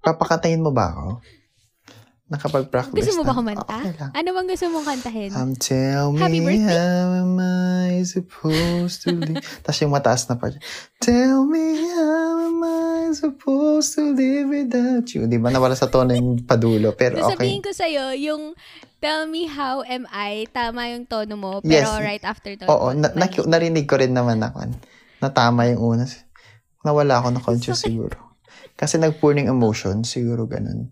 Papakatayin mo ba ako? Nakapag-practice Gusto mo na? ba kumanta? Ah, Okay lang. Ano bang gusto mong kantahin? Um, tell me Happy birthday. how am I supposed to live? Tapos yung mataas na part. Tell me how am I supposed to live without you? Di ba? Nawala sa tono yung padulo. Pero So, okay. sabihin ko sa'yo, yung tell me how am I, tama yung tono mo, Yes. pero right after tono. Oo, mo na, naman. naki- narinig ko rin naman ako. Natama yung una. Nawala ako na conscious siguro. Kasi nag-pouring emotion, siguro ganun.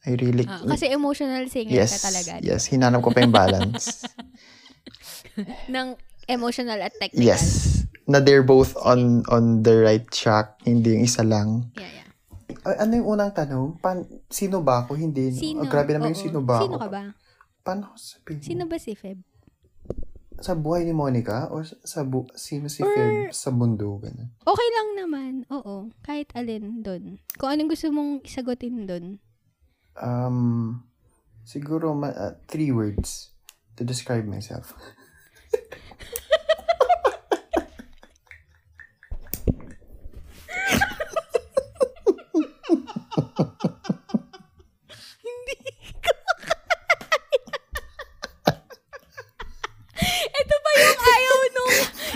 I really... Ah, kasi emotional singer yes, ka talaga. no? yes. Hinanap ko pa yung balance. Ng emotional at technical. yes. Na they're both on on the right track, hindi yung isa lang. Yeah, yeah. Ay, ano yung unang tanong? Pan, sino ba ako? Hindi. no? Sino? Oh, grabe naman yung Oo. sino ba Sino ako. ka ba? Paano ko sabihin? Sino ba si Feb? Sa buhay ni Monica? O sa bu- sino si Or- Ferb sa mundo? Ganun. Okay lang naman. Oo. Kahit alin doon. Kung anong gusto mong isagutin doon. Um, siguro ma- uh, three words to describe myself. Ito ba yung ayaw nung,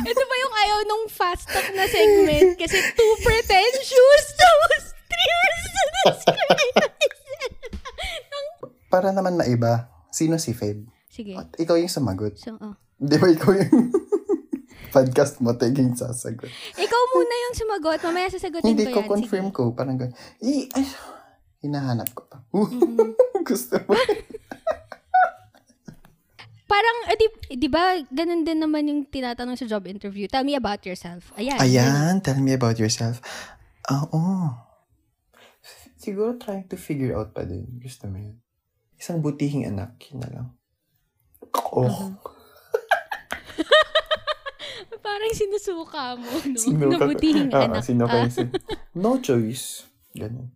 ito ba yung ayaw nung fast talk na segment? Kasi two pretentious, tapos three words to describe myself. Para naman maiba, sino si Feb? Sige. At ikaw yung sumagot. So, oh. Di ba ikaw yung podcast mo tiging sasagot? Ikaw muna yung sumagot. Mamaya sasagutin Hindi ko yan. ko confirm ko. Parang ganun. I, ay, hinahanap ko pa. Mm-hmm. Gusto mo? Sige. Parang, eh, di, di ba, ganun din naman yung tinatanong sa job interview. Tell me about yourself. Ayan. Ayan, tell me about yourself. Ah, Oo. Siguro trying to figure out pa din. Gusto mo yun. Isang butihing anak. Yun na lang. Oh. Mm-hmm. Parang sinusuka mo, no? Sino ka- Nabutihing Oo, anak Ah. sino ka ka. yung sin- No choice. Ganun.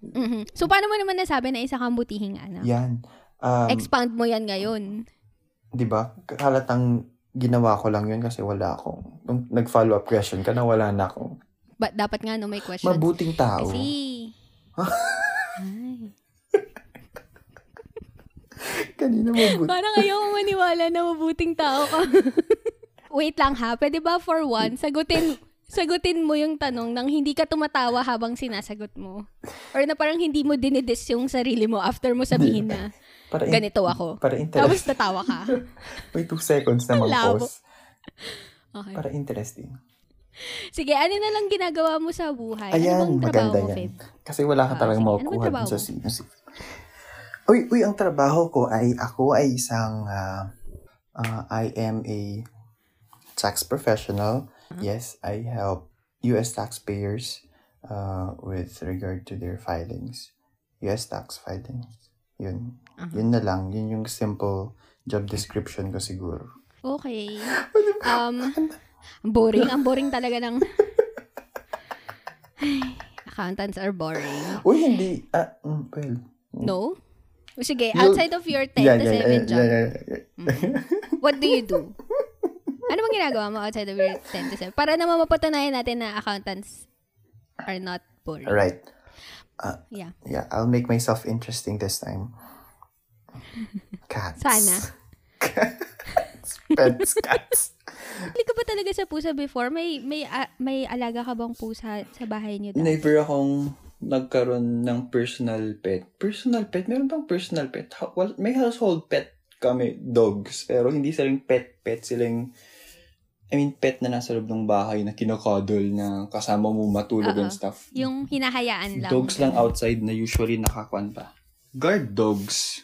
Mhm. So, paano mo naman nasabi na isa kang butihing anak? Yan. Um, Expound mo yan ngayon. di ba? Halatang ginawa ko lang yun kasi wala akong... Nung nag-follow up question ka na wala na akong... Ba- dapat nga, no, may question. Mabuting tao. Kasi... Ay. Kanina mabuti. Parang ayaw ko maniwala na mabuting tao ka. Wait lang ha, pwede ba for one, sagutin, sagutin mo yung tanong nang hindi ka tumatawa habang sinasagot mo? Or na parang hindi mo dinidiss yung sarili mo after mo sabihin na, Para in- ganito ako. Para interest. Tapos natawa ka. Wait, two seconds na Ang labo. pause. Okay. Para interesting. Sige, ano na lang ginagawa mo sa buhay? Ayan, ano bang trabaho maganda mo, yan. Feb? Kasi wala ka Ah, talagang sige. Ano makukuha bang dun sa trabaho? sino si Uy, uy, ang trabaho ko ay ako ay isang ah, ah, I am a tax professional. Ah. Yes, I help US taxpayers ah, with regard to their filings. US tax filings. Yun. Aha. Yun na lang. Yun yung simple job description ko siguro. Okay. Um, ang boring. Ang boring talaga ng... Ay, accountants are boring. Uy, hindi. Ah, mm, well. No? O Sige, You- outside of your 10 Yeah, to yeah, 7 yeah, job, yeah, yeah, yeah. what do you do? Ano bang ginagawa mo outside of your 10 to 7? Para naman mapatunayan natin na accountants are not boring. Alright. Yeah. Yeah, I'll make myself interesting this time. Cats. Sana. Cats. Pets, cats. Hindi ka ba talaga sa pusa before? May may a- may alaga ka bang pusa sa bahay niyo? dati? Never akong nagkaroon ng personal pet. Personal pet? Meron bang personal pet? Ha- Well, may household pet kami, dogs. Pero hindi sila yung pet-pet. Sila yung, I mean, pet na nasa loob ng bahay na kinakadol na kasama mo matulog and Oo. stuff. Yung hinahayaan lang. Dogs lang outside na usually nakakwan pa. Guard dogs.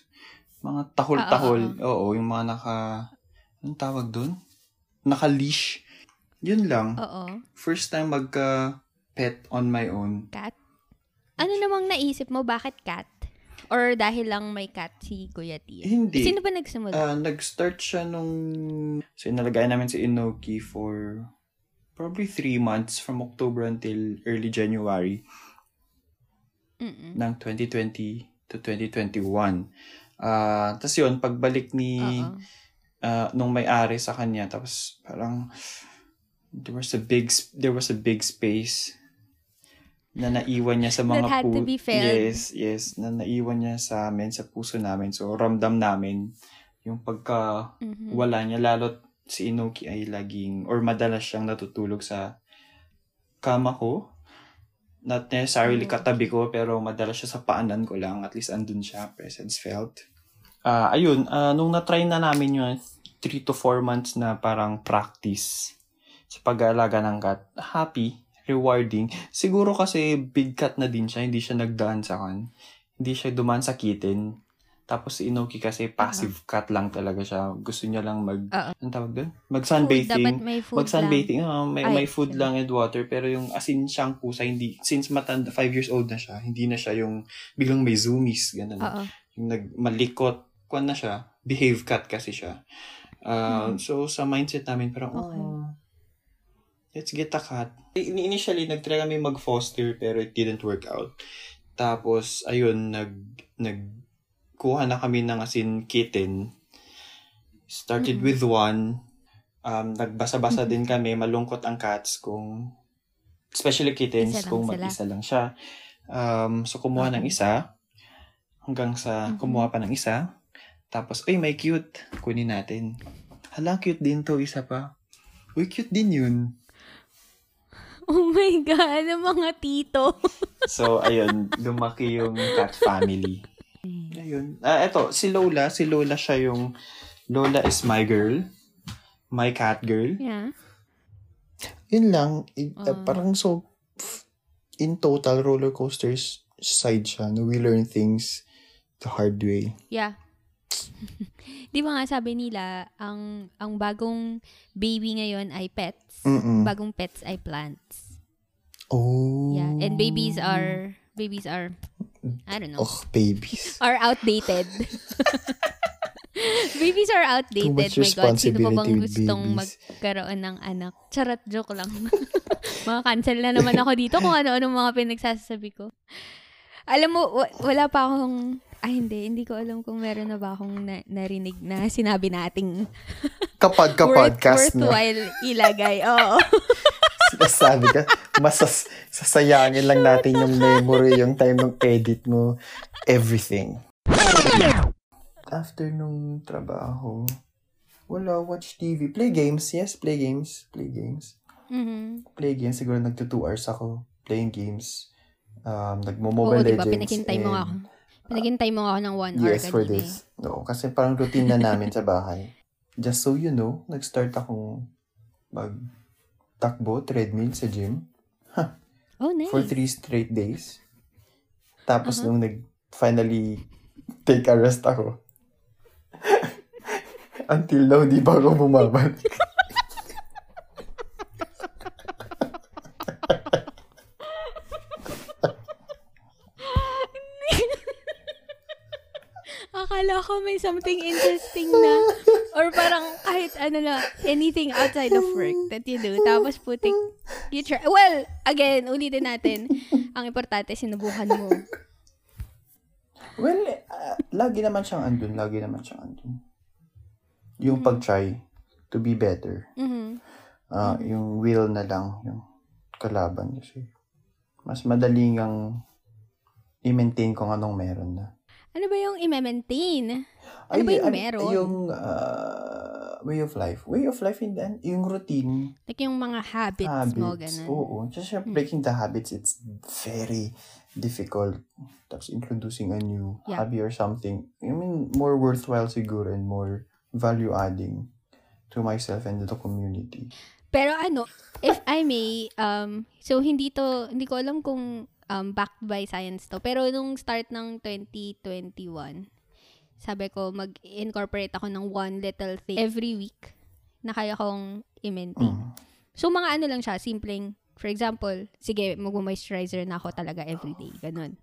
Mga Ah, tahol-tahol. Oo, yung mga naka... Anong tawag doon? Naka-leash. Yun lang. Oo. First time magka-pet on my own. Cat? Ano namang naisip mo? Bakit cat? Or dahil lang may cat si Kuya Tia? Hindi. Sino ba nagsimula? Ah, nag-start siya nung... So, inalagay namin si Inoki for probably three months from October until early January. Mm-mm. ng 2020 to 2021. Ah, Tapos yun, pagbalik ni Oo. ah, nung may-ari sa kanya, tapos parang there was a big sp- there was a big space na naiwan niya sa mga That had to be felt. Yes, yes, na naiwan niya sa amin, sa puso namin. So, ramdam namin yung pagka Mhm. wala niya. Lalo si Inoki ay laging or madalas siyang natutulog sa kama ko. Not necessarily Mm. katabi ko pero madalas siya sa paanan ko lang. At least andun siya, presence felt. Ah, ayun, ah, nung na-try na namin yun, 3 to 4 months na parang practice sa pag-aalaga ng cat, happy, rewarding. Siguro kasi big cat na din siya, hindi siya nagdaan sa kan. Hindi siya dumaan sa kitten. Tapos si Inoki Ah, kasi passive cat lang talaga siya. Gusto niya lang mag, Oo. anong tawag doon? Ah, Food, dapat Mag-sunbathing. may food lang. Mag-sunbathing, ah, may, Ay, may food sige. lang and water. Pero yung asin siyang pusa, hindi, since matanda, 5 years old na siya, hindi na siya yung biglang may zoomies, ganun Oo. yung nagmalikot, kwan na siya, behave cat kasi siya. Uh, Mhm. So, sa mindset namin, parang, Okay. oh, let's get a cat. I- Initially, nag-try kami mag-foster, pero it didn't work out. Tapos, ayun, nag, nagkuha na kami ng asin kitten. Started Mhm. with one. Um, nagbasa-basa din kami, malungkot ang cats kung, especially kittens, Isa lang kung sila. mag-isa lang siya. Um, so, kumuha ng isa. Hanggang sa Mhm. kumuha pa ng isa. Tapos, uy, may cute. Kunin natin. Hala, cute din to. Isa pa. Uy, cute din yun. Oh my God, ang mga tito. So, ayun. Lumaki yung cat family. Hmm. Ayun. Ah, eto. Si Lola. Si Lola siya yung... Lola is my girl. My cat girl. Yeah. Yun lang. i- eh, Ah. parang so... In total, roller coasters side siya. No? We learn things the hard way. Yeah. Di ba nga sabi nila, ang ang bagong baby ngayon ay pets. Mm-mm. Bagong pets ay plants. Oh. Yeah. And babies are, babies are, I don't know, Oh, babies. are outdated. babies are Too outdated. much My God, sino pa bang responsibility with gustong babies. magkaroon ng anak? Charot, joke lang. mga cancel na naman ako dito kung ano-ano mga pinagsasabi ko. Alam mo, wa- wala pa akong... Ay, hindi. Hindi ko alam kung meron na ba akong na- narinig na sinabi nating Kapag ka podcast worth, na, worthwhile ilagay. Oo. sinasabi ka, masas sasayangin lang natin yung memory, yung time ng edit mo, everything. After nung trabaho, wala, watch TV. Play games, yes, play games, play games. Mhm. Play games, siguro nagto 2 hours ako playing games. Um, Oo, nagmo-mobile diba? legends. Pinakintay mo and- nga ako. Pinakintay mo nga ako ng one hour Yes, for kanina eh. this. No, kasi parang routine na namin sa bahay. Just so you know, nag-start akong magtakbo, treadmill sa gym Oh, nice. for three straight days. Tapos Uh-huh. nung nag-finally take a rest ako, until now, di ba ako bumabalik? Akala ko may something interesting na or parang kahit ano na anything outside of work that you do tapos putik you try. Well, again, ulitin natin. Ang importante sinubukan mo. Well, ah, lagi naman siyang andun, lagi naman siyang andun. Yung Hmm. pag-try to be better. Mhm. Ah, yung will na lang yung kalaban kasi mas madali ngang i-maintain kung anong meron na. Ano ba yung i-maintain? Ano ba yung meron? Yung ah, way of life. Way of life in the, yung routine, Like yung mga habits, mo, habits. ganun. Hmm. Oo. Just syempre, breaking the habits, it's very difficult. Tapos introducing a new Yeah. hobby or something. I mean, more worthwhile siguro and more value-adding to myself and to the community. Pero ano, if I may, um, so hindi to, hindi ko alam kung um, backed by science to. Pero nung start ng 2021, sabi ko mag-incorporate ako ng one little thing every week na kaya kong i-maintain. Mm. So mga ano lang siya, simpleng, for example, sige, mag-moisturizer na ako talaga everyday, ganun.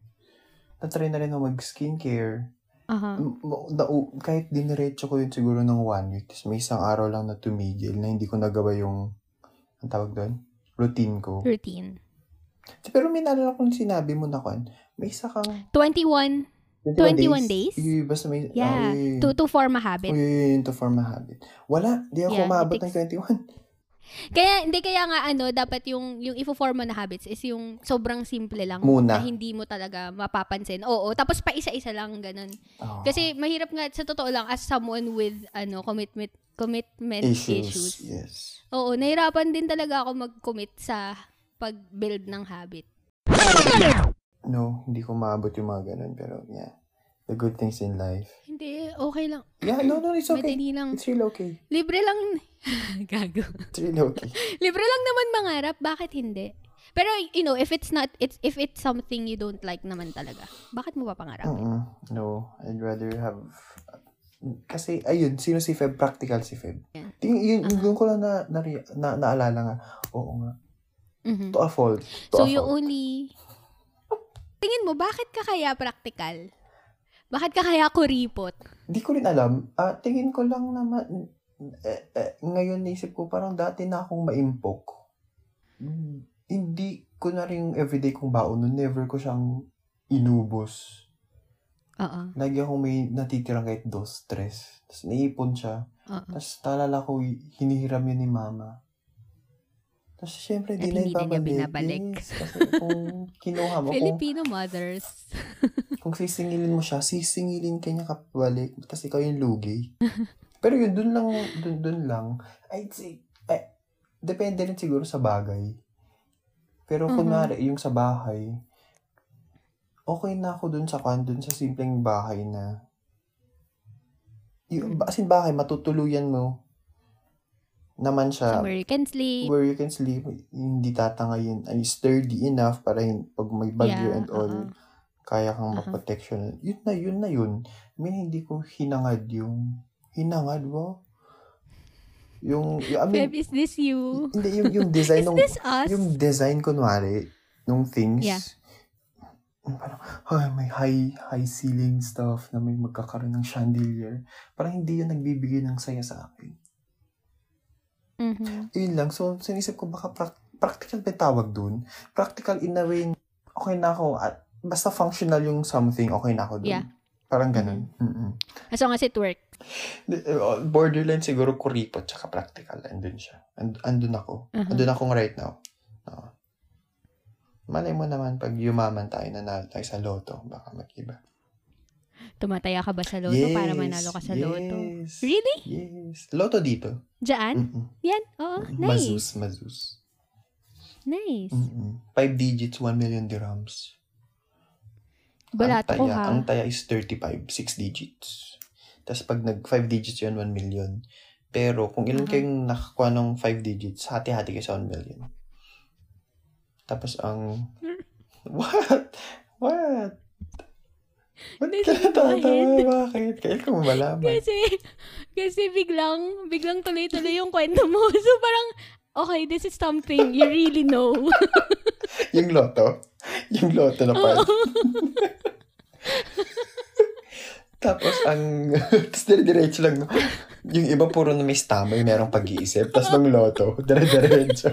Natry na rin ako mag-skincare. Aha. M- Mm, mo- nau- kahit diniretso ko yun siguro ng one week, tapos may isang araw lang na tumigil na hindi ko nagawa yung, ang tawag doon, routine Mm. ko. Routine. Pero may naalala kong sinabi mo na kon, may isa kang 21 21 days? Yung basta may, Yeah. ay, to, to form a habit. Uy, yun to form a habit. Wala, di ako Yeah, it umabot takes- ng 21. Kaya hindi kaya nga ano, dapat yung yung ifo-form mo na habits is yung sobrang simple lang Muna. na hindi mo talaga mapapansin. Oo, tapos pa isa-isa lang ganun. Oo. Kasi mahirap nga sa totoo lang as someone with ano commitment commitment Ah, issues. issues. Yes. Oo, nahirapan din talaga ako mag-commit sa pag-build ng habit. No, hindi ko maabot yung mga ganun. Pero yeah, the good things in life. Hindi, okay lang. Yeah, no, no, it's okay. Madali lang. It's really okay. Libre lang. Gago. It's really okay. Libre lang naman mangarap, bakit hindi? Pero you know, if it's not it's if it's something you don't like naman talaga, bakit mo pa pangarap? Mm-mm. No, I'd rather have... Kasi, ayun, sino si Feb? Practical si Feb. Yeah. Ah. Yung, yun, yun ko lang na, na, na, naalala nga. Oo nga. Mhm. To a fault. To So a you fault. only Tingin mo bakit ka kaya practical? Bakit ka kaya kuripot? Hindi ko rin alam. Ah, tingin ko lang naman, eh, eh, ngayon naisip ko, parang dati na akong maimpok. Mm, Hindi ko na rin everyday kong baon nun. Never ko siyang inubos. Oo. Lagi akong may natitirang kahit dos, tres. Tapos naipon siya. Oo. Tapos talala ko, hinihiram yun ni mama. Tapos syempre, di At na hindi na Eh, niya ibabalik. binabalik. Yes, kasi kung kinuha mo, kung, Filipino mothers. kung sisingilin mo siya, sisingilin ka niya kapabalik. Tapos ikaw yung lugi. Pero yun, dun lang, dun, dun lang. I'd say, eh, depende rin siguro sa bagay. Pero Mhm. kunwari, yung sa bahay, okay na ako dun sa kwan, dun sa simpleng bahay na, yung, as in bahay, matutuluyan mo naman siya Somewhere you can sleep. where you can sleep, hindi tatangayin, and sturdy enough para hin- pag may bagyo Yeah, uh-uh. Uh-huh. and all, oo. kaya kang Aha. maprotection. Yun na, yun na yun. I mean, hindi ko hinangad yung, hinangad ba? Yung, yung- I mean, Babe, is this you? hindi, yung, yung Is design nung, this us? yung design kunwari, nung things, Yeah. parang, ay, may high, high ceiling stuff na may magkakaroon ng chandelier. Parang hindi yun nagbibigay ng saya sa akin. Mhm. Yun lang. So, sinisip ko baka prac- practical ba yung tawag dun? Practical in a way, okay na ako. At basta functional yung something, okay na ako dun. Yeah. Parang ganun. Mm-mm. As long as it works. Di- uh, Borderline siguro kuripot tsaka practical. Andun siya. And, andun ako. Mhm. Andun akong right now. Oo. Malay mo naman pag yumaman tayo na tayo sa loto. Baka mag-iba. Tumataya ka ba sa loto para manalo ka sa loto? yes. Mm. Really? Yes. Loto dito. Diyan? Mm-mm. Yan? Oo. Mazus, Nice. mazus. Nice. Mm-mm. Five digits, 1 million dirhams. Balat ang ko taya, ha. Ang taya is 35, 6 digits. Tapos pag nag 5 digits yun, 1 million. Pero kung ilan Aha. kayong nakakuha ng 5 digits, hati-hati kayo sa 1 million. Tapos ang... What? What? Ba't Hindi, ka sige, natatawa? Bakit? Kaya ko malaman. Kasi, kasi biglang, biglang tuloy-tuloy yung kwento mo. So parang, okay, this is something you really know. Yung loto. Yung loto na pa. Tapos ang... Tapos dire-diretso lang. no? Yung iba puro na may stammer, merong pag-iisip. Tapos ng loto, dire-diretso.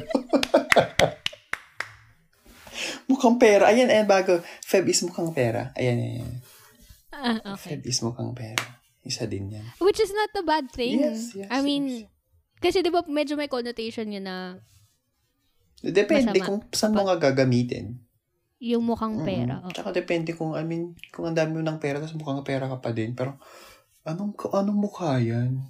mukhang pera. Ayan, ayan, bago. Feb is mukhang pera. Ayan, ayan. Ah, okay. Feb is mukhang pera. Isa din yan. Which is not a bad thing. Yes, yes, I mean, kasi di ba medyo may connotation yun na Depende Masama. kung saan mo nga gagamitin. yung Mm. mukhang pera. Oo. Tsaka depende kung, I mean, kung ang dami mo ng pera, tapos mukhang pera ka pa din. Pero, anong, anong mukha yan?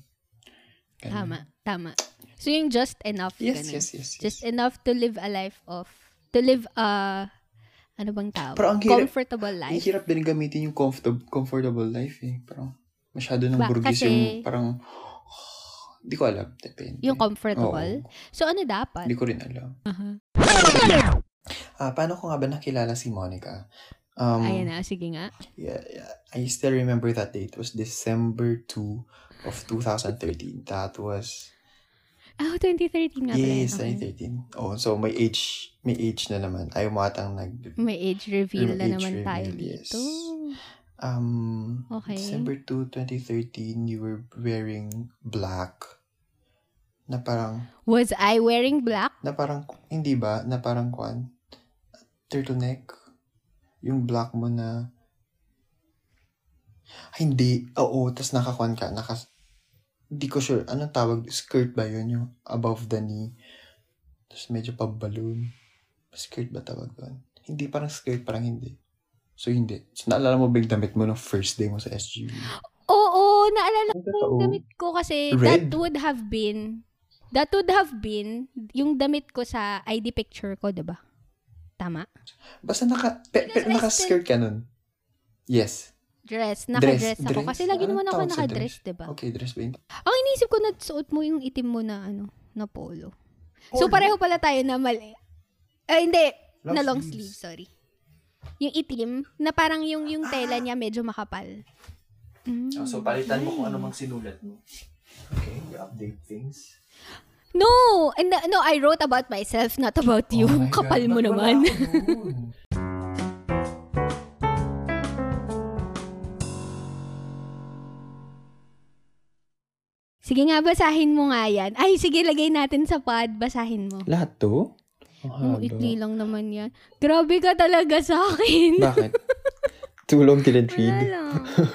Ganun. Tama, tama. So yung just enough. Yes, ganun. yes, yes, yes. Just enough to live a life of, to live a, ano bang tawag? Pero ang hirap- Comfortable Ang life. hirap din gamitin yung comfortable, comfortable life eh. Parang, masyado ng Ba- burgis kasi- yung, parang, di ko alam. Depende. Yung comfortable. Uh-huh. So ano dapat? Hindi ko rin alam. Aha. Ah, paano ko nga ba nakilala si Monica? Um, Ayan na, sige nga. Yeah, yeah. I still remember that date. It was December 2 of 2013. That was Oh, 2013 nga pala. yun. Yes, Okay. 2013. Oh, so may age, may age na naman. Ayaw mo atang nag... May age May reveal na age naman tayo reveal, yes. dito. Um, Okay. December 2, 2013, you were wearing black. Na parang, Was I wearing black? na parang, hindi ba? Na parang kwan? Turtleneck? Yung black mo na... Ay, hindi. Oo, tas nakakwan ka. Naka, di ko sure. Anong tawag? Skirt ba yun? Yung above the knee. Tapos medyo pabaloon. Skirt ba tawag doon? Hindi, parang skirt, parang hindi. So, hindi. So, naalala mo ba yung damit mo nung first day mo sa SGU? Oo, Ang naalala ko yung totoo. Ah, damit ko kasi that Red? would have been, that would have been yung damit ko sa ID picture ko, 'di ba? Tama? Basta naka, pe, pe, Because I naka-skirt ka nun. Yes. Dress. Naka-dress Dress, ako. dress. Kasi lagi Anong naman ako tawag sa naka-dress, 'di ba? Okay, dress Oh. ba yun? Ang iniisip ko, nagsuot mo yung itim mo na, ano, na polo. So, Polo? pareho pala tayo na mali. Ah, hindi. Long na long sleeve, sleeves. Ah. sorry. Yung itim, na parang yung, yung tela niya medyo makapal. Mm. Oh, so, palitan mo kung ano mang sinulat mo. Okay, you update things. No! And, uh, no, I wrote about myself, not about you. Oh my Kapal God, mo ba't wala naman. ako nun? Sige nga, basahin mo nga yan. Ay, sige, lagay natin sa pod. Basahin mo. Lahat to? Ang Ang ikli haba. lang naman yan. Grabe ka talaga sa akin. Bakit? Too long didn't Wala read. lang.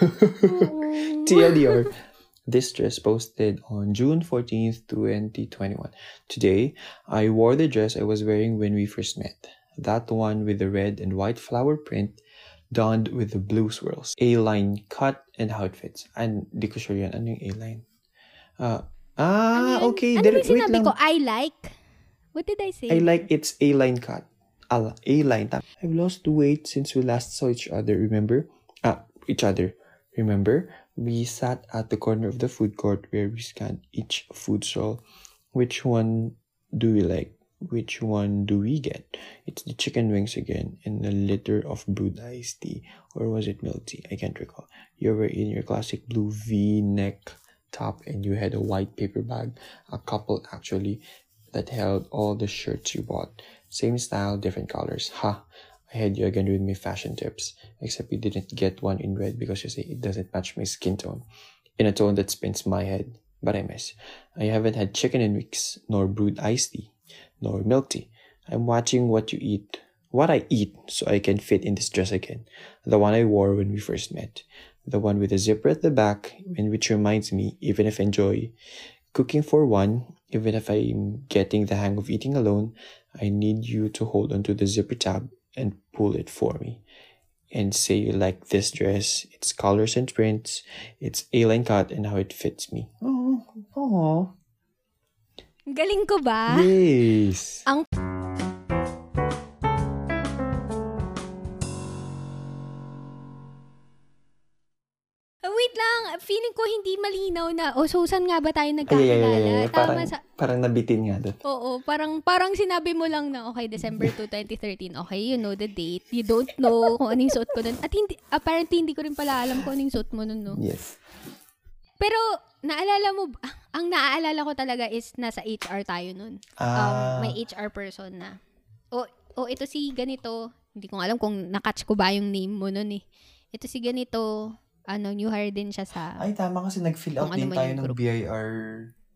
Oo. TLDR. This dress posted on June 14th, 2021. Today, I wore the dress I was wearing when we first met. That one with the red and white flower print donned with the blue swirls. A-line cut and how it fits. And di ko sure yan. Ano yung A-line? Ah, ah, Ano yun? okay. Ano There- ba yung wait sinabi lang. ko? I like? What did I say? I like its A-line cut. Al- A-line. Tam- I've lost weight since we last saw each other, remember? Ah, each other. Remember? We sat at the corner of the food court where we scanned each food stall. Which one do we like? Which one do we get? It's the chicken wings again and a liter of brewed iced tea. Or was it milk tea? I can't recall. You were in your classic blue V-neck top and you had a white paper bag. A couple actually that held all the shirts you bought. Same style, different colors. Ha! I had you again with my fashion tips. Except you didn't get one in red because you say it doesn't match my skin tone. In a tone that spins my head. But I miss. I haven't had chicken in weeks, nor brewed iced tea, nor milk tea. I'm watching what you eat. What I eat so I can fit in this dress again. The one I wore when we first met. The one with a zipper at the back, and which reminds me, even if I enjoy Cooking for one, even if I'm getting the hang of eating alone, I need you to hold onto the zipper tab and pull it for me. And say you like this dress, its colors and prints, its A-line cut, and how it fits me. Oh, oh. Ang Galing ko ba? Yes. Ah, Wait lang, feeling ko hindi malinaw na. O, so saan nga ba tayo Ay, ay, ay, nagkakilala? ay, ay, Parang, Ah, Tama sa... parang nabitin nga doon. Oo, parang parang sinabi mo lang na okay, December 2, 2013. Okay, you know the date. You don't know kung anong suot ko nun. At hindi, apparently hindi ko rin pala alam kung anong suot mo nun, no? Yes. Pero naalala mo, ba- ang naaalala ko talaga is nasa HR tayo nun. Ah. um, may HR person na. O, o ito si ganito, hindi ko alam kung nakatch ko ba yung name mo nun eh. Ito si ganito, ano, new hire din siya sa... Ay, tama kasi nag-fill out Kung ano din man tayo yung ng group. BIR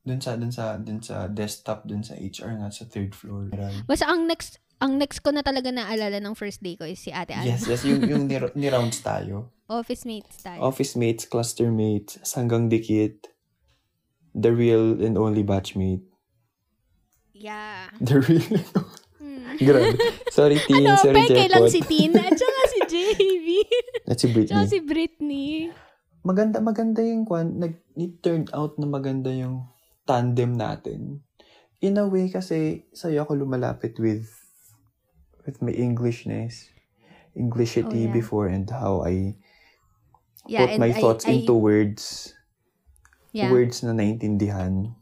dun sa, dun sa, dun sa desktop, dun sa HR nga, sa third floor. Basta ang next, ang next ko na talaga naalala ng first day ko is si Ate Alma. Yes, yes, yung, yung nir- ni-rounds tayo. Office mates tayo. Office mates, cluster mates, sanggang dikit, the real and only batchmate. yeah. The real and only. Hmm. Grabe. Sorry, Tin. Ano, sorry, peke lang Jackpot. si Tina at saka si JV. At si Tsaka Britney. si Britney. Maganda, maganda yung kwan. Nag, it turned out na maganda yung tandem natin. In a way kasi, sa'yo ako lumalapit with with my Englishness. Englishity Oh, yeah. before and how I put Yeah, and my I- thoughts I- into words. yeah. Words na naintindihan.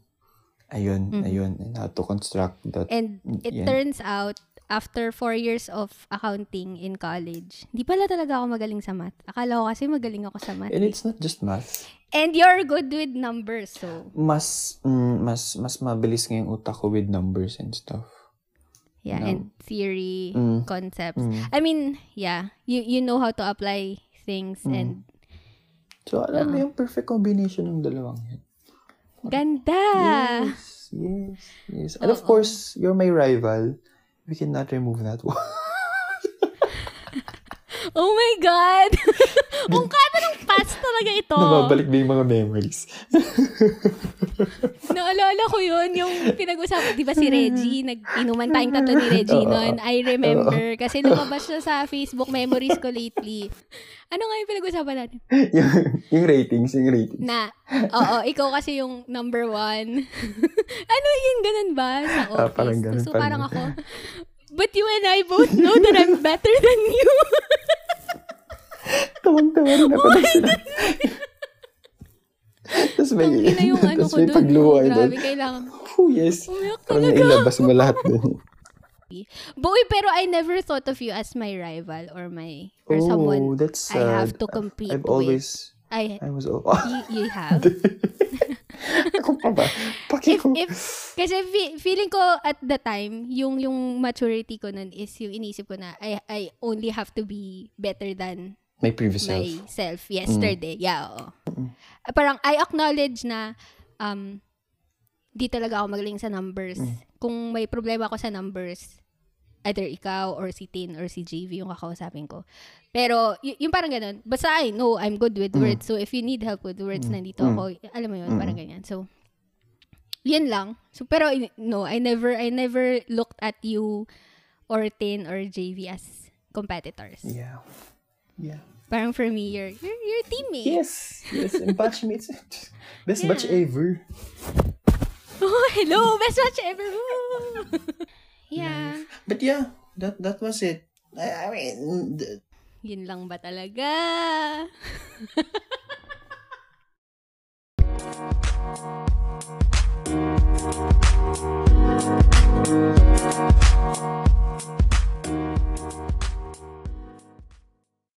Ayun, Mhm. ayun. And how to construct the And it Mm, Yan. turns out, after four years of accounting in college, hindi pala talaga ako magaling sa math. Akala ko kasi magaling ako sa math. And eh. it's not just math. And you're good with numbers, so Mas, mm, mas, mas mabilis ngayong utak ko with numbers and stuff. yeah, No. and theory, Mm. concepts. Mm. I mean, yeah, you you know how to apply things Mm. and So, alam mo Ah. yung perfect combination ng dalawang yan. ganda. Yes, yes, yes. And of Oo. course, you're my rival. We cannot remove that one. Oh my God! Ang kada ng Flashbacks talaga ito. Nababalik na yung mga memories. Naalala ko yun, yung pinag-usapan, di ba si Reggie, nag-inuman tayong tatlo ni Reggie noon. I remember, kasi lumabas siya sa Facebook memories ko lately. Ano nga yung pinag-usapan natin? yung, yung ratings, yung ratings. Na, oo, ikaw kasi yung number one. ano yun, ganun ba? Sa office. Ah, parang ganun, so, parang parang ganun. ako, but you and I both know that I'm better than you. Tawang-tawa Oh rin ako na sila. Tapos may, Ang ina yung ano tapos ko may dun. pagluha yun. Grabe, kailangan. Oh, yes. Umiyak Parang talaga. ilabas mo lahat dun. Boy, pero I never thought of you as my rival or my, or someone Oh, that's sad. I have to compete I've with. always, I, I was, oh, ah, you, you have. ako pa ba? Paki if, ko. if, kasi fe- feeling ko at the time, yung yung maturity ko nun is yung inisip ko na I, I only have to be better than My previous self. myself yesterday. Yeah, oo. Ah, Parang I acknowledge na um, di talaga ako magaling sa numbers. Kung may problema ako sa numbers, either ikaw or si Tin or si JV yung kakausapin ko. Pero, y- yung parang ganun. Basta I know I'm good with words. So, if you need help with words, nandito ako. Alam mo yun, parang ganyan. So, yun lang. So, pero, in- no, I never, I never looked at you or Tin or JV as competitors. Yeah. Yeah. Parang for me, you're, you're, you're teammate. Yes. Yes. And batchmates. Best batch ever. Oh, hello! Best watch ever! Woo! yeah. But yeah, that that was it. I, I mean, th- Yun lang ba talaga?